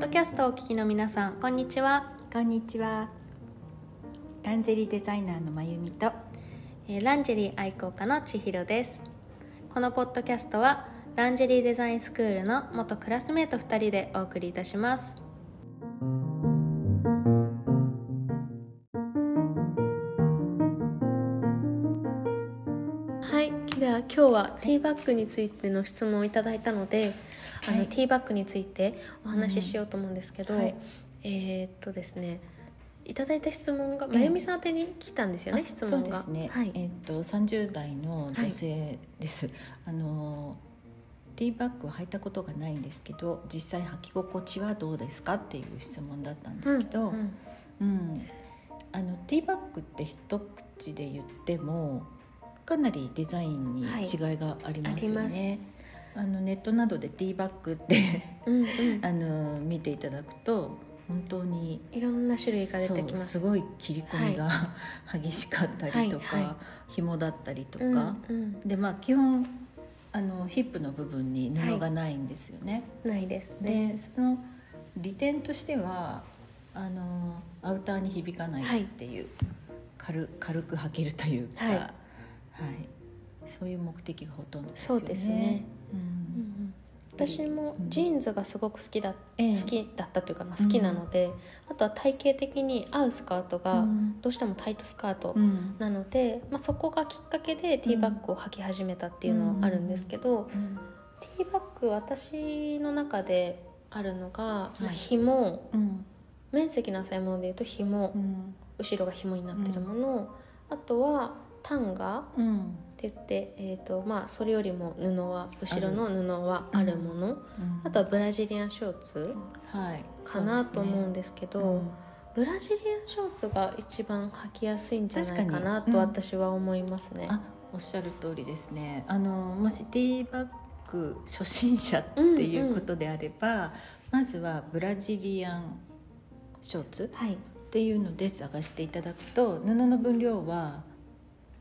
ドキャストをお聞きの皆さんこんにちは、こんにちは。ランジェリーデザイナーのまゆみと。えーランジェリー愛好家の千尋ですこのポッドキャストはランジェリーデザインスクールの元クラスメート2人でお送りいたしますはいでは今日はティーバッグについての質問をいただいたので、あはのいティーバッグについてお話ししようと思うんですけど、うんはいえーっとですねいただいた質問がまゆみさん宛てに来たんですよね、あ質問がそうですね。はいえっ、と三十代の女性です。あのティーバッグを履いたことがないんですけど、実際履き心地はどうですかっていう質問だったんですけど、うんうんうんあのティーバッグって一口で言ってもかなりデザインにはい違いがありますよありね。あのネットなどでティーバッグって うんうんあの見ていただくと本当にいろんな種類が出てきまそすうすごい切り込みが、激しかったりとか、はいは紐だったりとか、うんでまあ基本あのヒップの部分に布がないんですよね。うん、ないですねでその利点としてはあのアウターに響かないっていう、軽軽く履けるというか、ははいいそういう目的がほとんどですそよね。うですねううんんうん私もうんジーンズがすごく好きだ、ええ好きだったというか、まあ、好きなので、あとは体型的に合うスカートがうんどうしてもタイトスカートうんなので、まあ、そこがきっかけでティーバッグを履き始めたっていうのはあるんですけど、ティーバッグ私の中であるのが、いまあ紐うん面積の浅いものでいうと紐、うん後ろが紐になってるもの、あとはタンガうんって言って、えーとまあ、それよりも布は後ろの布はあるものあ,、うんとはブラジリアンショーツはい、かなそうですとね思うんですけどうんブラジリアンショーツが一番履きやすいんじゃないかな確かにとうん私は思いますね。あおっしゃる通りですねあのもしティーバッグ初心者っていうことであれば、まずはブラジリアンショーツはい、っていうので探していただくと布の分量は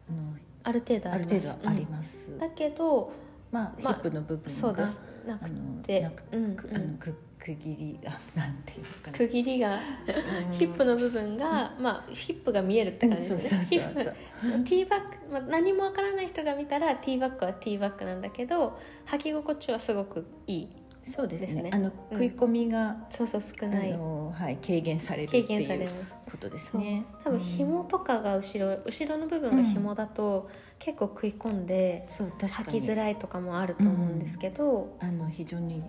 あのある程度ああるり程ます度あります、うんだけどまあ、まあヒップの部そ分うでが、すなあくのてなくうんうんあのく区切りがなんていうのかな区切りがうんヒップの部分が、まあ、ヒップが見えるって感じそうでそうすね。ヒッそプうそ うティーバッグ、まあ、何もわからない人が見たらティーバッグはティーバッグなんだけど履き心地はすごくいいそうですですねねあのうん食い込みが、そうそう少あないのはい軽減されるって軽減さいれうますことですね。多分紐とかが後ろ後ろの部分が紐だと結構食い込んでそう確か履きにづらいとかもあると思うんですけど、あの非常に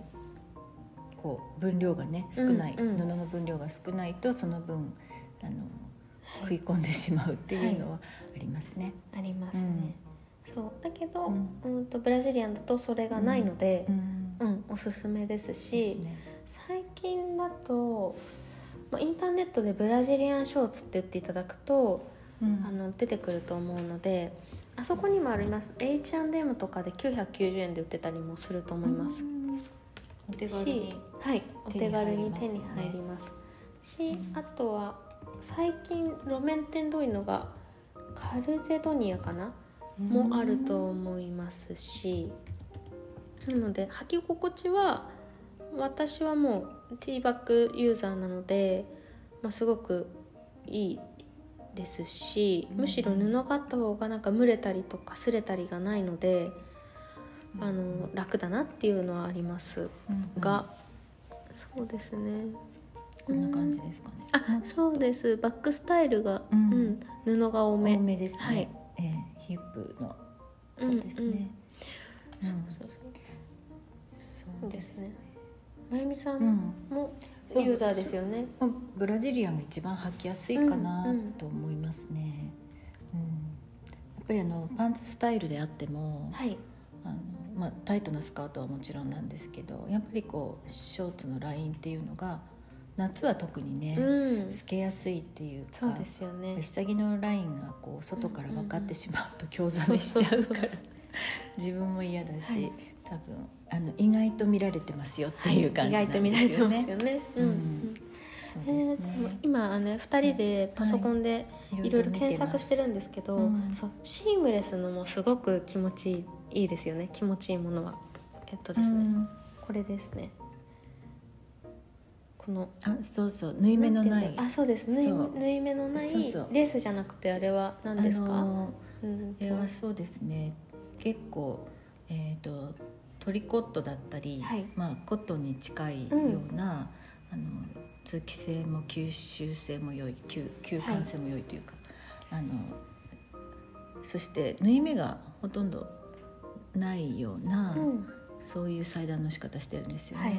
こう分量がね少ない、うんうん布の分量が少ないとその分あのは食いい込んでしまうっていうのはありますね。ありますね、そうだけど、ううんん、とブラジリアンだとそれがないので、ううんんおすすめですでしすね最近だと、まあ、インターネットでブラジリアンショーツって言っていただくとうんあの出てくると思うのであそこにもあります H&M とかで990円で売ってたりもすると思います、うんお手軽しに、はい、お手軽に手手にに入入りりますし、うんあとは最近路面店で多いのがカルゼドニアかなもあると思いますし、なので履き心地は私はもうティーバッグユーザーなので、まあ、すごくいいですしむしろ布があった方がなんか蒸れたりとか擦れたりがないのでうんあの楽だなっていうのはありますうんが、そうですねこんな感じですかね。あそうですバックスタイルが、ううんん布が多め多めですね。はいええヒップのそうですね。うんうんうんそうそうそそううでですすね。ねまゆみさうんん。もそうユーザーですよねまあブラジリアンが一番履きやすいかなと思いますね。うんやっぱりあのパンツスタイルであっても、はいあのまあ、タイトなスカートはもちろんなんですけどやっぱりこうショーツのラインっていうのが夏は特にね、うん透けやすいっていうかそうですよね下着のラインがこう外から分かってしまうと興ざめしちゃうから、自分も嫌だし、はい多分あの意外と見られてますよっていう感意じなん外ですと見られてよね。ますよねうんうんそうえですーねでも今あの2人でパソコンでいろいろ検索してるんでですけど、うんそうシームレスのもすごく気持ちいいですよね気持ちいいものはえっとですね、これですねこのあそうそう縫い目のないあそうです縫いそう縫い目のないそうそうレースじゃなくてあれは何ですか、あのうんーあれはそうですね結構えっ、とトリコットだったり、はいまあコットンに近いような、あの通気性も吸収性も良い吸吸汗性も良いというか、あのそして縫い目がほとんどないような、うんそういう裁断の仕方してるんですよね。はい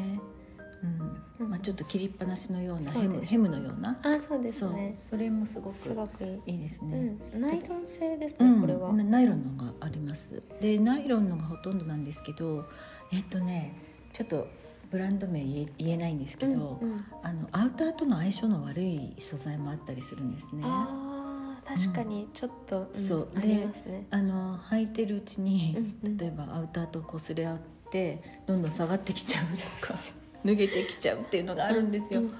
うんまあ、ちょっと切りっぱなしのようなそうヘですムヘムのようなあそうですそうねそれもすごくすごくいい、いいですね。うん、ナイロン製ですうね、んこれは、ナナイロンのがありますでナイロンのがほとんどなんですけどえっとねちょっとブランド名言え言えないんですけど、うんうんあのアウターとの相性の悪い素材もあったりするんですねああー確かにちょっと、んそうありますねの履いてるうちに、うんうん例えばアウターと擦れ合ってどんどん下がってきちゃうとか脱げてきちゃうっていうのがあるんですよ、うん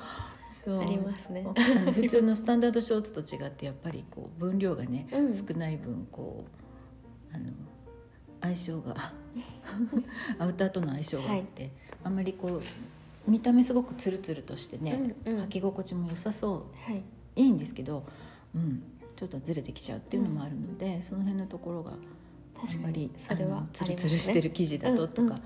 そうありますねあの普通のスタンダードショーツと違ってやっぱりこう分量がね、うん少ない分こうあの相性が アウターとの相性があって、あんまりこう見た目すごくツルツルとしてね、うんうん履き心地も良さそうはいいいんですけど、うん、ちょっとずれてきちゃうっていうのもあるので、その辺のところがあ確んかまりにそれあはのツルツルしてる生地だととか、うんうん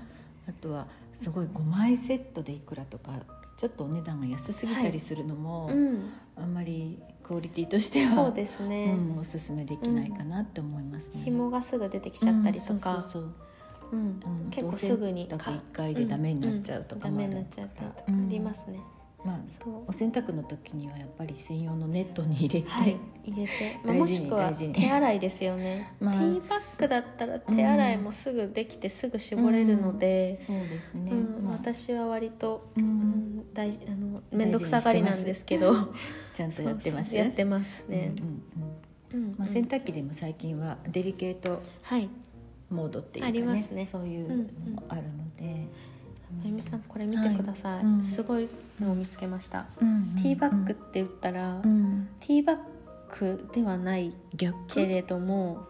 あとはすごい5枚セットでいくらとかちょっとお値段が安すぎたりするのも、ありますね、うんあんまりクオリティとしてはそうですね、うん、おすすめできないかなって思いますね。紐がすぐ出てきちゃったりとか、うんそうそううんそううん結構すぐにお洗か濯一回でダメになっちゃうとかもあんんダるメになっちゃったりとかうんありますね、まあ、そうお洗濯の時にはやっぱり専用のネットに入れて、はい入れて、まあ、も大事しにくは大事に手洗いですよね、 まあティーバッグだったら手洗いもすぐできてすぐ絞れるので、そうですうんね。まあ、私は割とう、うんん大あの面倒くさがりなんですけど大事にしてます ちゃんとやってま そす。うそうやってますね、うんうんうんうんうんまあ、洗濯機でも最近はデリケートはいモードっていうかあねりますねそういうのもあるので、あゆみさんこれ見てください、はいうんすごいのを見つけました、うんティーバッグって言ったら、うんティーバッグではない逆けれども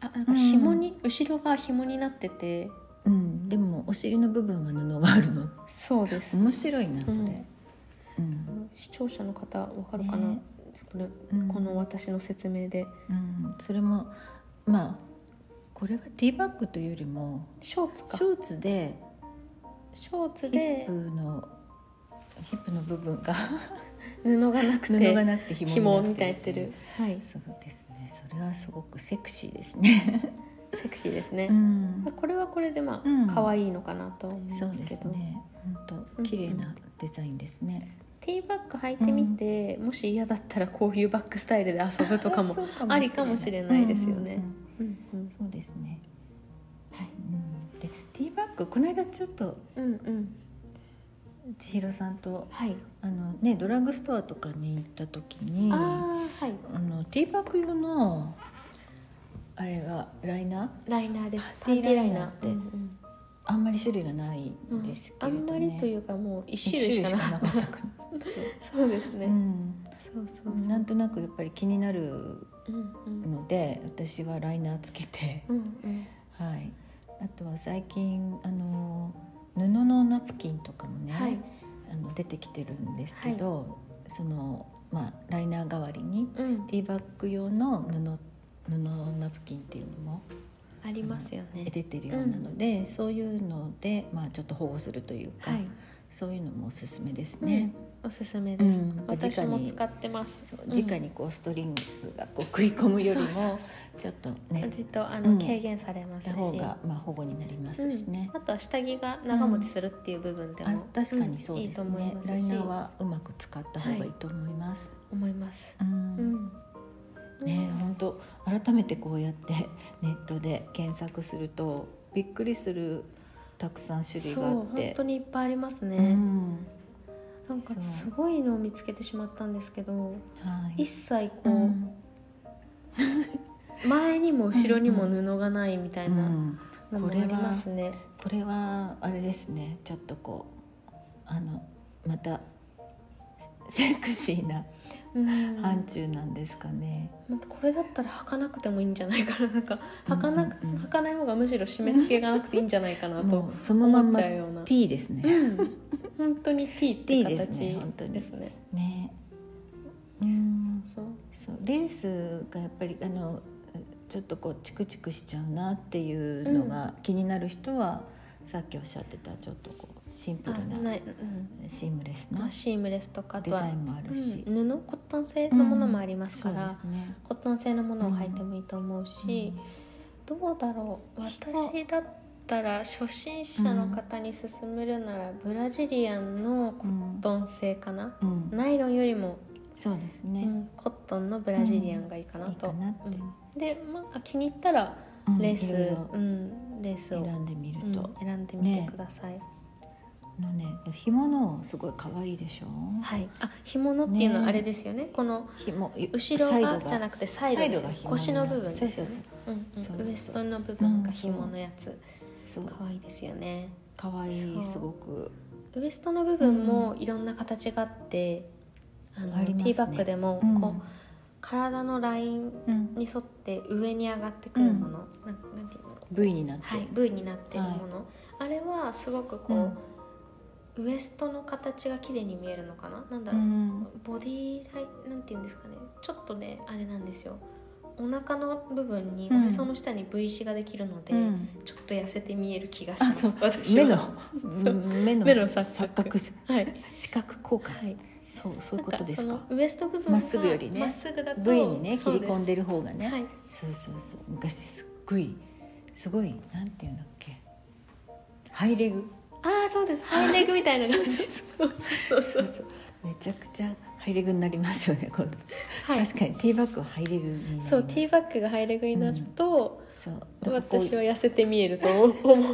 あなんか紐に、後ろが紐になっててうん、でもお尻の部分は布があるのそうです、面白いなそれ、ううんん視聴者の方わかるかな、ねこれうんこの私の説明でうんそれもまあこれはティーバッグというよりもショーツかショーツでショーツヒッでプのヒップの部分が布がなく布てがなくて紐紐にみたいなにっなっててるはいそうですねそれはすごくセクシーですね、セクシーですね、うんこれはこれでまあうん可愛、いのかなと思うんでそうですすけどね本当綺麗なデザインですね、ティーバッグ履いてみて、もし嫌だったらこういうバッグスタイルで遊ぶと かもそうありかもしれないですよねうんうんうんうんうんそうですねはいうんでティーバッグこの間ちょっとうんうん千尋さんとはいあの、ね、ドラッグストアとかに行った時にあああはいのティーバッグ用のあれはライナーライナーですパーティーライナーってうんうんあんまり種類がないんですけあれど、ねんまりといううかもう一種類しかなかったかったかな、そうですうね、ん、そうそうそうなんとなくやっぱり気になるうんうんので私はライナーつけて、うんうんはい、あとは最近あの布のナプキンとかもね、はいあの出てきてるんですけど、そのまあライナー代わりにうんティーバッグ用の布布ナプキンっていうのもありますよね出てるようなので、そういうのでまあちょっと保護するというか、はいそういうのもおすすめですねね。おすすめです、うん私も直に使ってますそう直にこうストリングがこう食い込むよりそうそうもそちょっとうね味とあうのん軽減されますし、た方がまあ保護になりますしねう。んあとは下着が長持ちするっていう部分でも、あ確かにそううんいでいとす思いねますしライナーはうまく使った方がいいと思います、思います、ううんん、ね本当改めてこうやってネットで検索するとびっくりするたくさん種類そうがあっ本て当にいっぱいありますね、うんなんかすごいのを見つけてしまったんですけどはい一切こう、うん前にも後ろにも布がないみたいなうんのもありますね、これはあれですねちょっとこうあのまたセクシーなうん範疇なんですかね。なんかこれだったら履かなくてもいいんじゃないかななんか履かなく、うんうんうん履かない方がむしろ締め付けがなくていいんじゃないかなともうそのまん思っまちゃうような、 T ですうね。ん、本当に T って T 形ですね本当にですねね。うん。そうそうレースがやっぱりあのちょっとこうチクチクしちゃうなっていうのが気になる人は、さっきおっしゃってたちょっとこうシンプあルなない、うんシームレスまなあ、シームレスとかあデとザはインもあるし、うん、布コットン製のものもありますから、そうですねコットン製のものを履いてもいいと思うし、どうだろう私だったら初心者の方に勧めるなら、ブラジリアンのコッうんトン製かな、うんナイロンよりも、そうですうね、ん、コットンのブラジリアンがいいかないいと。かなって、うんで、まあ、気に入ったらうんレース、いろいろうん、レースを、選んでみるうんと、選んでみてねください。あのね紐のすごい可愛いでしょ、はい、あ、紐のっていうのはねあれですよね。この紐後ろサイドがじゃなくてサイドですよサイドが紐に腰の部分ですよねそうそううんそううんウエストの部分が紐うんそのやつそう可愛いですよね可愛いそうすごくウエストの部分もいろんな形があって、あのありますテねィーバッグでもうんこう、体のラインうんに沿って上に上がってくるもの、なん、なんていうの V になって、はい、V になってるもの、あれはすごくこう、ウエストの形が綺麗に見えるのかななんだうろう、んボディラインなんていうんですかねちょっとねあれなんですよお腹の部分にうおんへその下に V 字ができるので、うんちょっと痩せて見える気がしまあすそう私目はのそう目の目の錯錯覚覚 はい、視覚効果、はい、そうそういうことですなかんそのウエスト部分がまっすぐよりねまっすぐだと V にね切り込んででる方がね、はねい、そうそうそう昔すっごいすごいなんていうんだっけハイレグああそうですハイレグみたいな感じ そうそうそうそうめちゃくちゃハイレグになりますよね今度、はい確かにティーバッグはハイレグになりますそうティーバッグがハイレグになると、そうだからこう私は痩せて見えると思うんで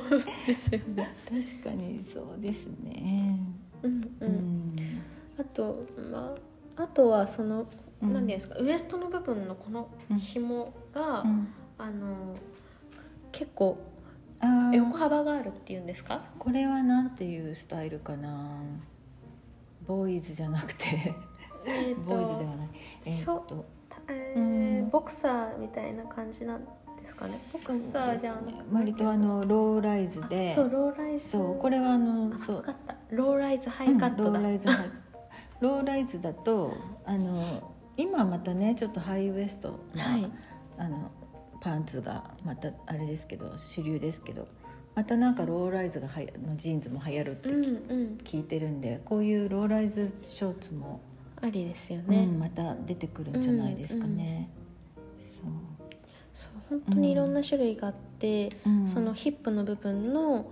すよね、確かにそうですねうんううんん、あとまああとはそのうん何、ん、ですかウエストの部分のこのうん紐が、うんあの結構あー横幅があるっていうんですか、これはなんていうスタイルかなボーイズじゃなくてえーボーイズではないえショーっとたえうーんボクサーみたいな感じなんですかねボクサーじゃなくてそうですね割とあのローライズでそうローライズそうこれはあのそ分うかったローライズハうイんカットだ、ローライズハイローライズだとあの今またねちょっとハイウエストな、はいあのパンツがまたあれですけど主流ですけどまたなんかローライズがはやのジーンズも流行るってうんうん聞いてるんで、こういうローライズショーツも、ありですよね、ねまた出てくるんじゃないですかね。そうそう本当にいろんな種類があって、うんそのヒップの部分の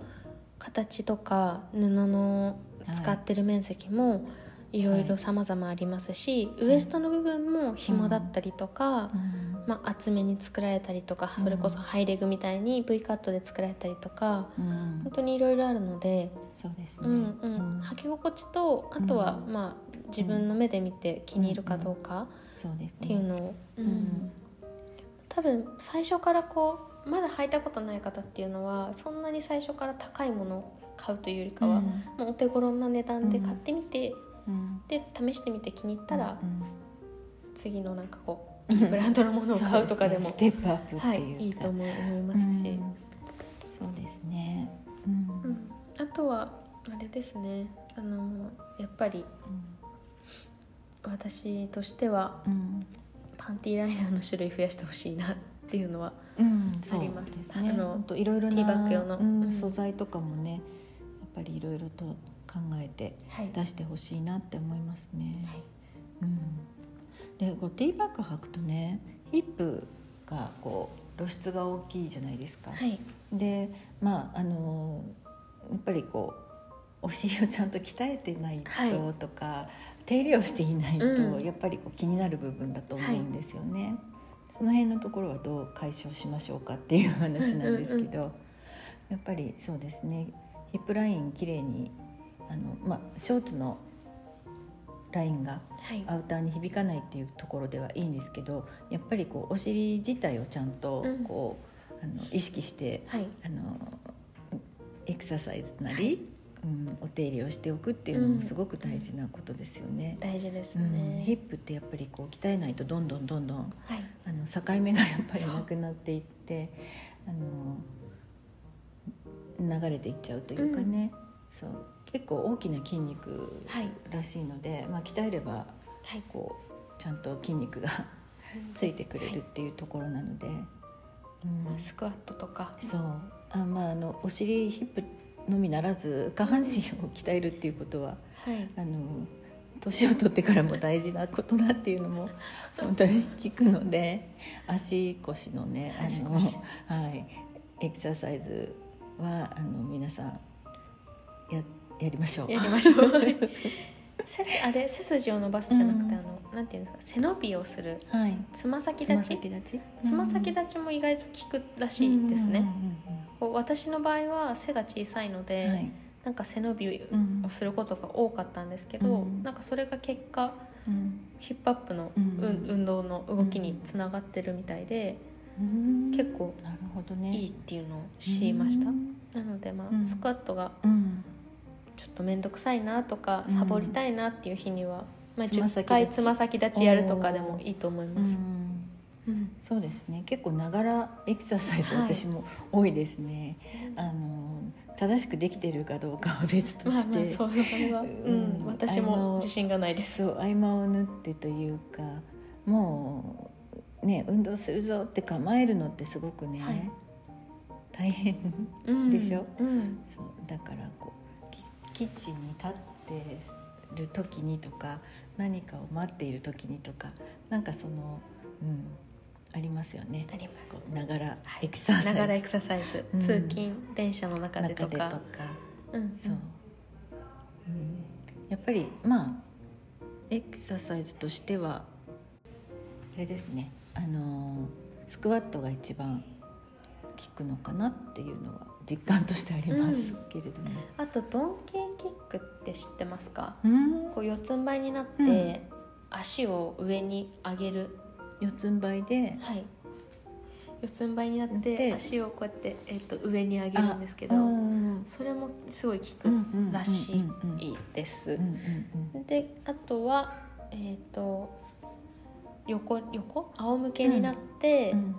形とか布の使ってる面積もいろいろ様々ありますし、いウエストの部分も紐だったりとか、うんまあ、厚めに作られたりとか、うんそれこそハイレグみたいに V カットで作られたりとかうん本当にいろいろあるので、そうですうね。んうん履き心地とあとは、うまあ、自分の目で見て気に入るかどうかそうですね。っていうのを、ううんん、多分最初からこうまだ履いたことない方っていうのはそんなに最初から高いものを買うというよりかは、もうお手頃な値段で買ってみて、うんで試してみて気に入ったら、うん次のなんかこううんいいブランドのものを買うとかでも そですねステップアップってはい、いうか。いいと思いまうすんし、そうですね。ううんんあとはあれですねあのやっぱり私としてはうんパンティーライナーの種類増やしてほしいなっていうのはうん、ありますそうですねあのほんといろいろなティーバッグ用のうんうん素材とかもね、やっぱりいろいろと考えてはい出してほしいなって思いますね。はいうん、でこうティーバッグ履くとねヒップがこう露出が大きいじゃないですか。はいでまああのやっぱりこうお尻をちゃんと鍛えてないはととか、手入れをしていないと、うんやっぱりこう気になる部分だと思うんですよね。その辺のところはどう解消しましょうかっていう話なんですけど、やっぱりそうですねヒップライン綺麗にあのまあショーツのラインがはいアウターに響かないっていうところではいいんですけどやっぱりこうお尻自体をちゃんとうんこう、あの意識してはいあのエクササイズなり、うん、お手入れをしておくっていうのうんもすごく大事なことですよね。大事ですうんヒね、ップってやっぱりこう鍛えないとどんどんどんどんはいあの境目がやっぱりそうなくなっていってあの流れていっちゃうというかね、そう結構大きな筋肉はいらしいので、まあ、鍛えればはいこうちゃんと筋肉が ついてくれるっていうところなので、うんまあ、スクワットとかそうあまああのお尻ヒップのみならず下半身を鍛えるっていうことははいあの年を取ってからも大事なことだっていうのも本当に聞くので足腰のねあ足の、腰はい、エクササイズはあの皆さんややりましょう。やりましょ う 背筋あれ背筋を伸ばすじゃなくて、あのなんていうんですか背伸びをするはい、つま先つま立ち先立ちつま先ち立ちも意外と効くらしいですね、うんうんこう私の場合は背が小さいのうで、んうんはいなんか背伸びうんをすることが多かったんですけど、うんなんかそれが結果うんヒップアップの、ううんん、運動の動きにつながってるみたいで、うん結構なるほどねいいっていうのを知りました、なのでまあ、うんスクワットがうんちょっと面倒くさいなとか、うんサボりたいなっていう日には、まあ、つま10先立ち回つま先立ちやるとかでもいいと思いうます、んうんそうですね結構ながらエクササイズはい私も多いですね、あの正しくできてるかどうかは別とまあして、まあそういう場合は、うんうん私あのも自信がないですそう合間を縫ってというかもうね運動するぞって構えるのってすごくね、はい大変 うんでしょうんそうだからこうキキッチンに立ってる時にとか何かを待っている時にとかなんかそのうんありますよねありますこうながらはいエクササイズ、ながらエクササイズ、うん通勤電車の中でと中でとかかうんそう、うん、やっぱりまあエクササイズとしてはあれですねあのースクワットが一番効くのかなっていうのは実感としてありますけれども、あとドンキーキックって知ってますかうんこう四つん這いになって、うん足を上に上げる四つん這いではい四つん這いになってで足をこうやって、えっと上に上げるんですけどうんそれもすごい効うんうんくうんうんらしうんいです、うんうんであとはえっ、と横横仰向けになって、うん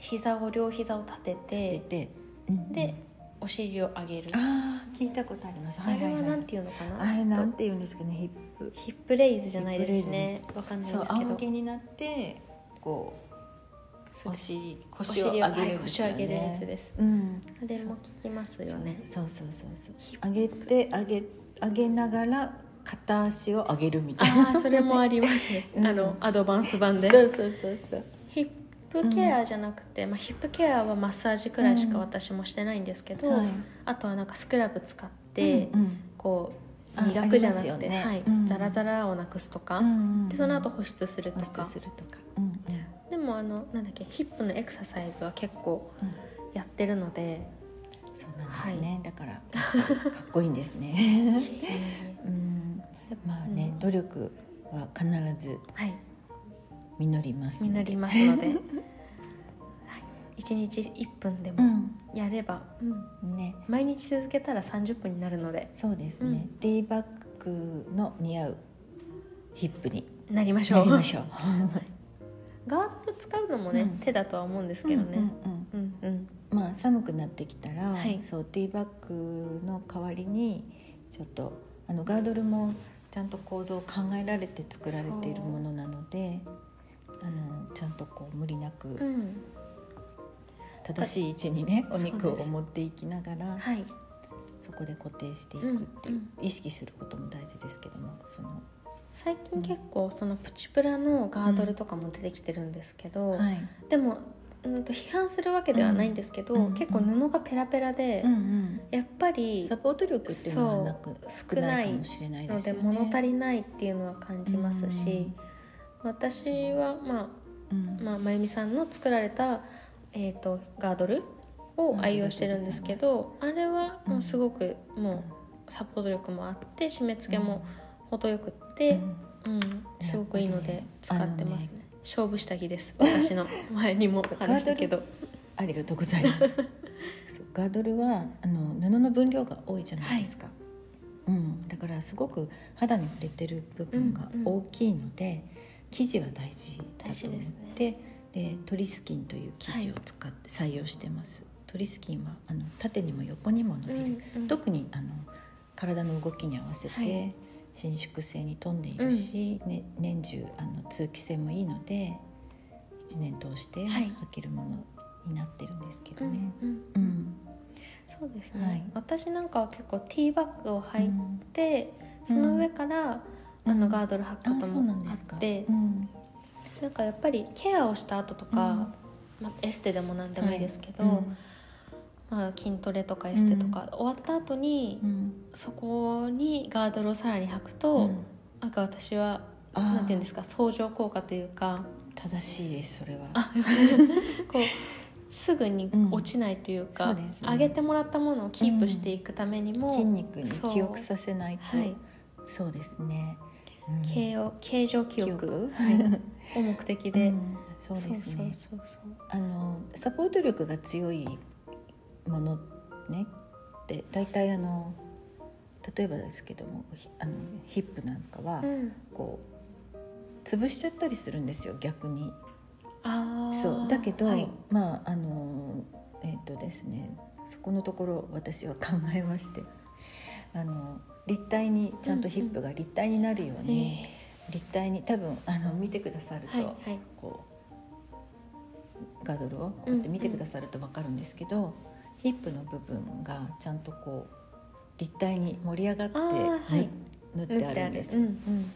膝を両膝を立て出ててうんでお尻を上げるあー聞いたことありますあいれはいないんていうのかな、あれちょなっんとて言うんですかねヒップヒップレイズじゃないですしねわかんないそうです仰け向どけになってこうそうおです尻お腰を上げるはいんで腰すをよね上げるやつですうんあれも効きますよねそうそうそうそうヒッ上げて上げ上げながら片足を上げるみたいなああそれもありますね、 うんあのアドバンス版そうでそうそうそうヒップケアじゃなくて、まあ、ヒップケアはマッサージくらいしか私もしてないんですけど、はいあとはなんかスクラブ使って、うんうんこうあ磨くじゃなあくりて、ますよねはいうんザラザラをなくすとか、うんうんでその後保湿すると保湿かするとかうんうんでもあのなんだっけヒップのエクササイズは結構やってるので、そうなんですねだからかっこいいんですね うんまあねうん努力は必ずはい実りますので実りますので、 はい、1日1分でうもんやれば、うんね毎日続けたら30分になるのでそうですうねん。ティーバッグの似合うヒップになりましょなうりましょう。ガード使うのもね、うん手だとは思うんですけどね、うんうんうんうんうんまあ寒くなってきたら、はいそうティーバッグの代わりにちょっとあのガードルもちゃんと構造を考えられて作られているものなので、あのちゃんとこう無理なうくん正しい位置にね、おそうです肉を持っていきながらはいそこで固定していくっていう、うん意識することも大事ですけども、その最近結構そのプチプラのガードルとかも出てきてるんですけど、はい、でも、うん、と批判するわけではないんですけど、うん結構布がペラペラで、んやっぱりサポート力っていうのはなくそう少ないかもしれないでのすでよね。物足りないっていうのは感じますし、私はまうん、あ、まあ、まゆみさんの作られた、えー、とガードルを愛用してるんですけどあれはもうすごくもうサポート力もあって締め付けも程よくって。うんうん、すごくいいので使ってますあね。勝負下着です。私 の前にも話したけど、ありがとうございます。そうガードルはあの布の分量が多いじゃないですか。うん、だからすごく肌に触れてる部分が大きいので、生地は大事だと思ってで、鳥スキンという生地を使って採用してます、鳥スキンはあの縦にも横にも伸びる、特にあの体の動きに合わせて、はい伸縮性に富んでいるし、ね、年中あの通気性もいいので1年通してはい履けるものになってるんですけどにね。うんうんうんそうですね、はい私なんかは結構ティーバッグを履いうんて、その上から、うんあのガードル履くあことそうなんもあですかって、うんなんかやっぱりケアをした後とか、まあ、エステでも何でもいいですけど、はいまあ、筋トレとかエステとか、終わった後に、うんそこにガードルをさらに履くと、うんなんか私はあーなんていうんですか相乗効果というか正しいですそれは。こうすぐに落ちないというか、うんそうですね上げてもらったものをキープしていくためにも、筋肉にそう記憶させないとはい、そうですね。うん形を形状記憶記憶 はい、を目的で、うんそうですね。そうそうそうあのサポート力が強いものねって大体あの例えばですけどもひあのヒップなんかはそう、うん、こう潰しちゃったりするんですよ逆に。あーそうだけど、はいまああのえっ、とですねそこのところ私は考えましてあの立体にちゃんとヒップが立体になるようえに、ー立体に多分あの見てくださると、はいはいこうガードルをこうやって見てくださると分かるんですけど、ヒップの部分がちゃんとこう立体に盛り上がってあーはいぬ縫ってあるんですう。んうん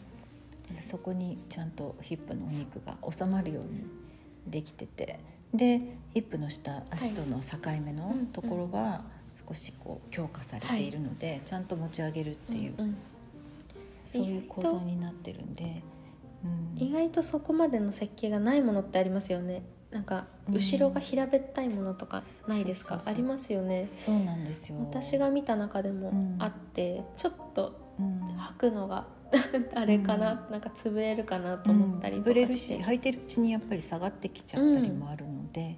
そこにちゃんとヒップのお肉が収まるようにできててでヒップの下足との境目のうんところは少しこう強化されているので、ちゃんと持ち上げるっていう、うんそういう構造になってるんで、うん意外とそこまでの設計がないものってありますよねなんかうん後ろが平べったいものとかないですそうかそうそうそうありますよねそうなんですよ私が見た中でもうんあってちょっとうん履くのが あれかななんか潰れるかなと思ったりとうんか潰れるしして履いてるうちにやっぱり下がってきちゃったりもあるので、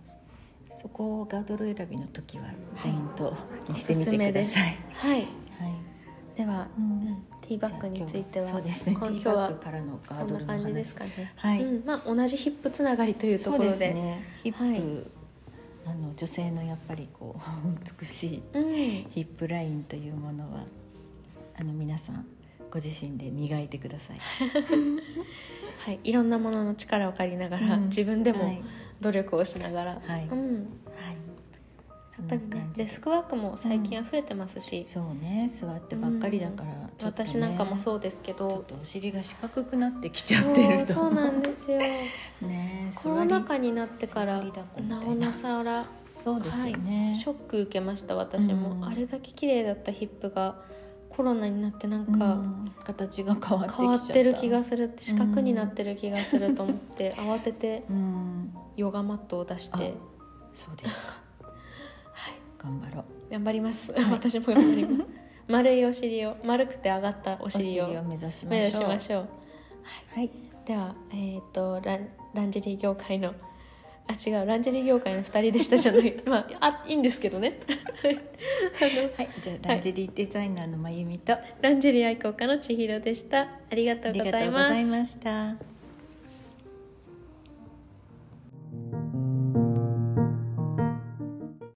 そこをガードル選びの時はポイントにしてみてください。はいはいではううんんティーバッグについてはそうですね。テこん今ィー日バッはグからのガこーんドなルの感じで話。すかねはいうんまあ同じヒップつながりというとそうこでろすでね。ヒップ、はいあの女性のやっぱりこう美しいうんヒップラインというものはあの皆さんご自身で磨いてください。はいいろんなものの力を借りながらうん自分ではもい努力をしながらはい。うはい。んそやっんなぱりね感じでデスクワークも最近は増えてますし、そうね。座ってばっかりだから、ちょっとね私なんかもう。そうですけちょっどとお尻が四角くなってきちゃってるそうと。そうなんです よね。コロナ禍になってから座りだこみたいななおなさらそうですよね。ショック受けました私も、うんあれだけ綺麗だったヒップがコロナになってなんか、うん形が変わってきちゃった変わってる気がするって四角になってる気がすると思って、慌ててうんヨガマットを出してそうですかはい頑張ろう頑張ります、私も頑張り ます丸いお尻を丸くて上がったおお尻を目指しま目指ししょうましょうはいではえっ、とランランジェリー業界のあ違うランジェリー業界の2人でしたじゃない まああいいんですけどねはいじゃあランジェリーデザイナーのまゆみと、ランジェリー愛好家の千尋でしたありがとあうりごがざというごまざいすました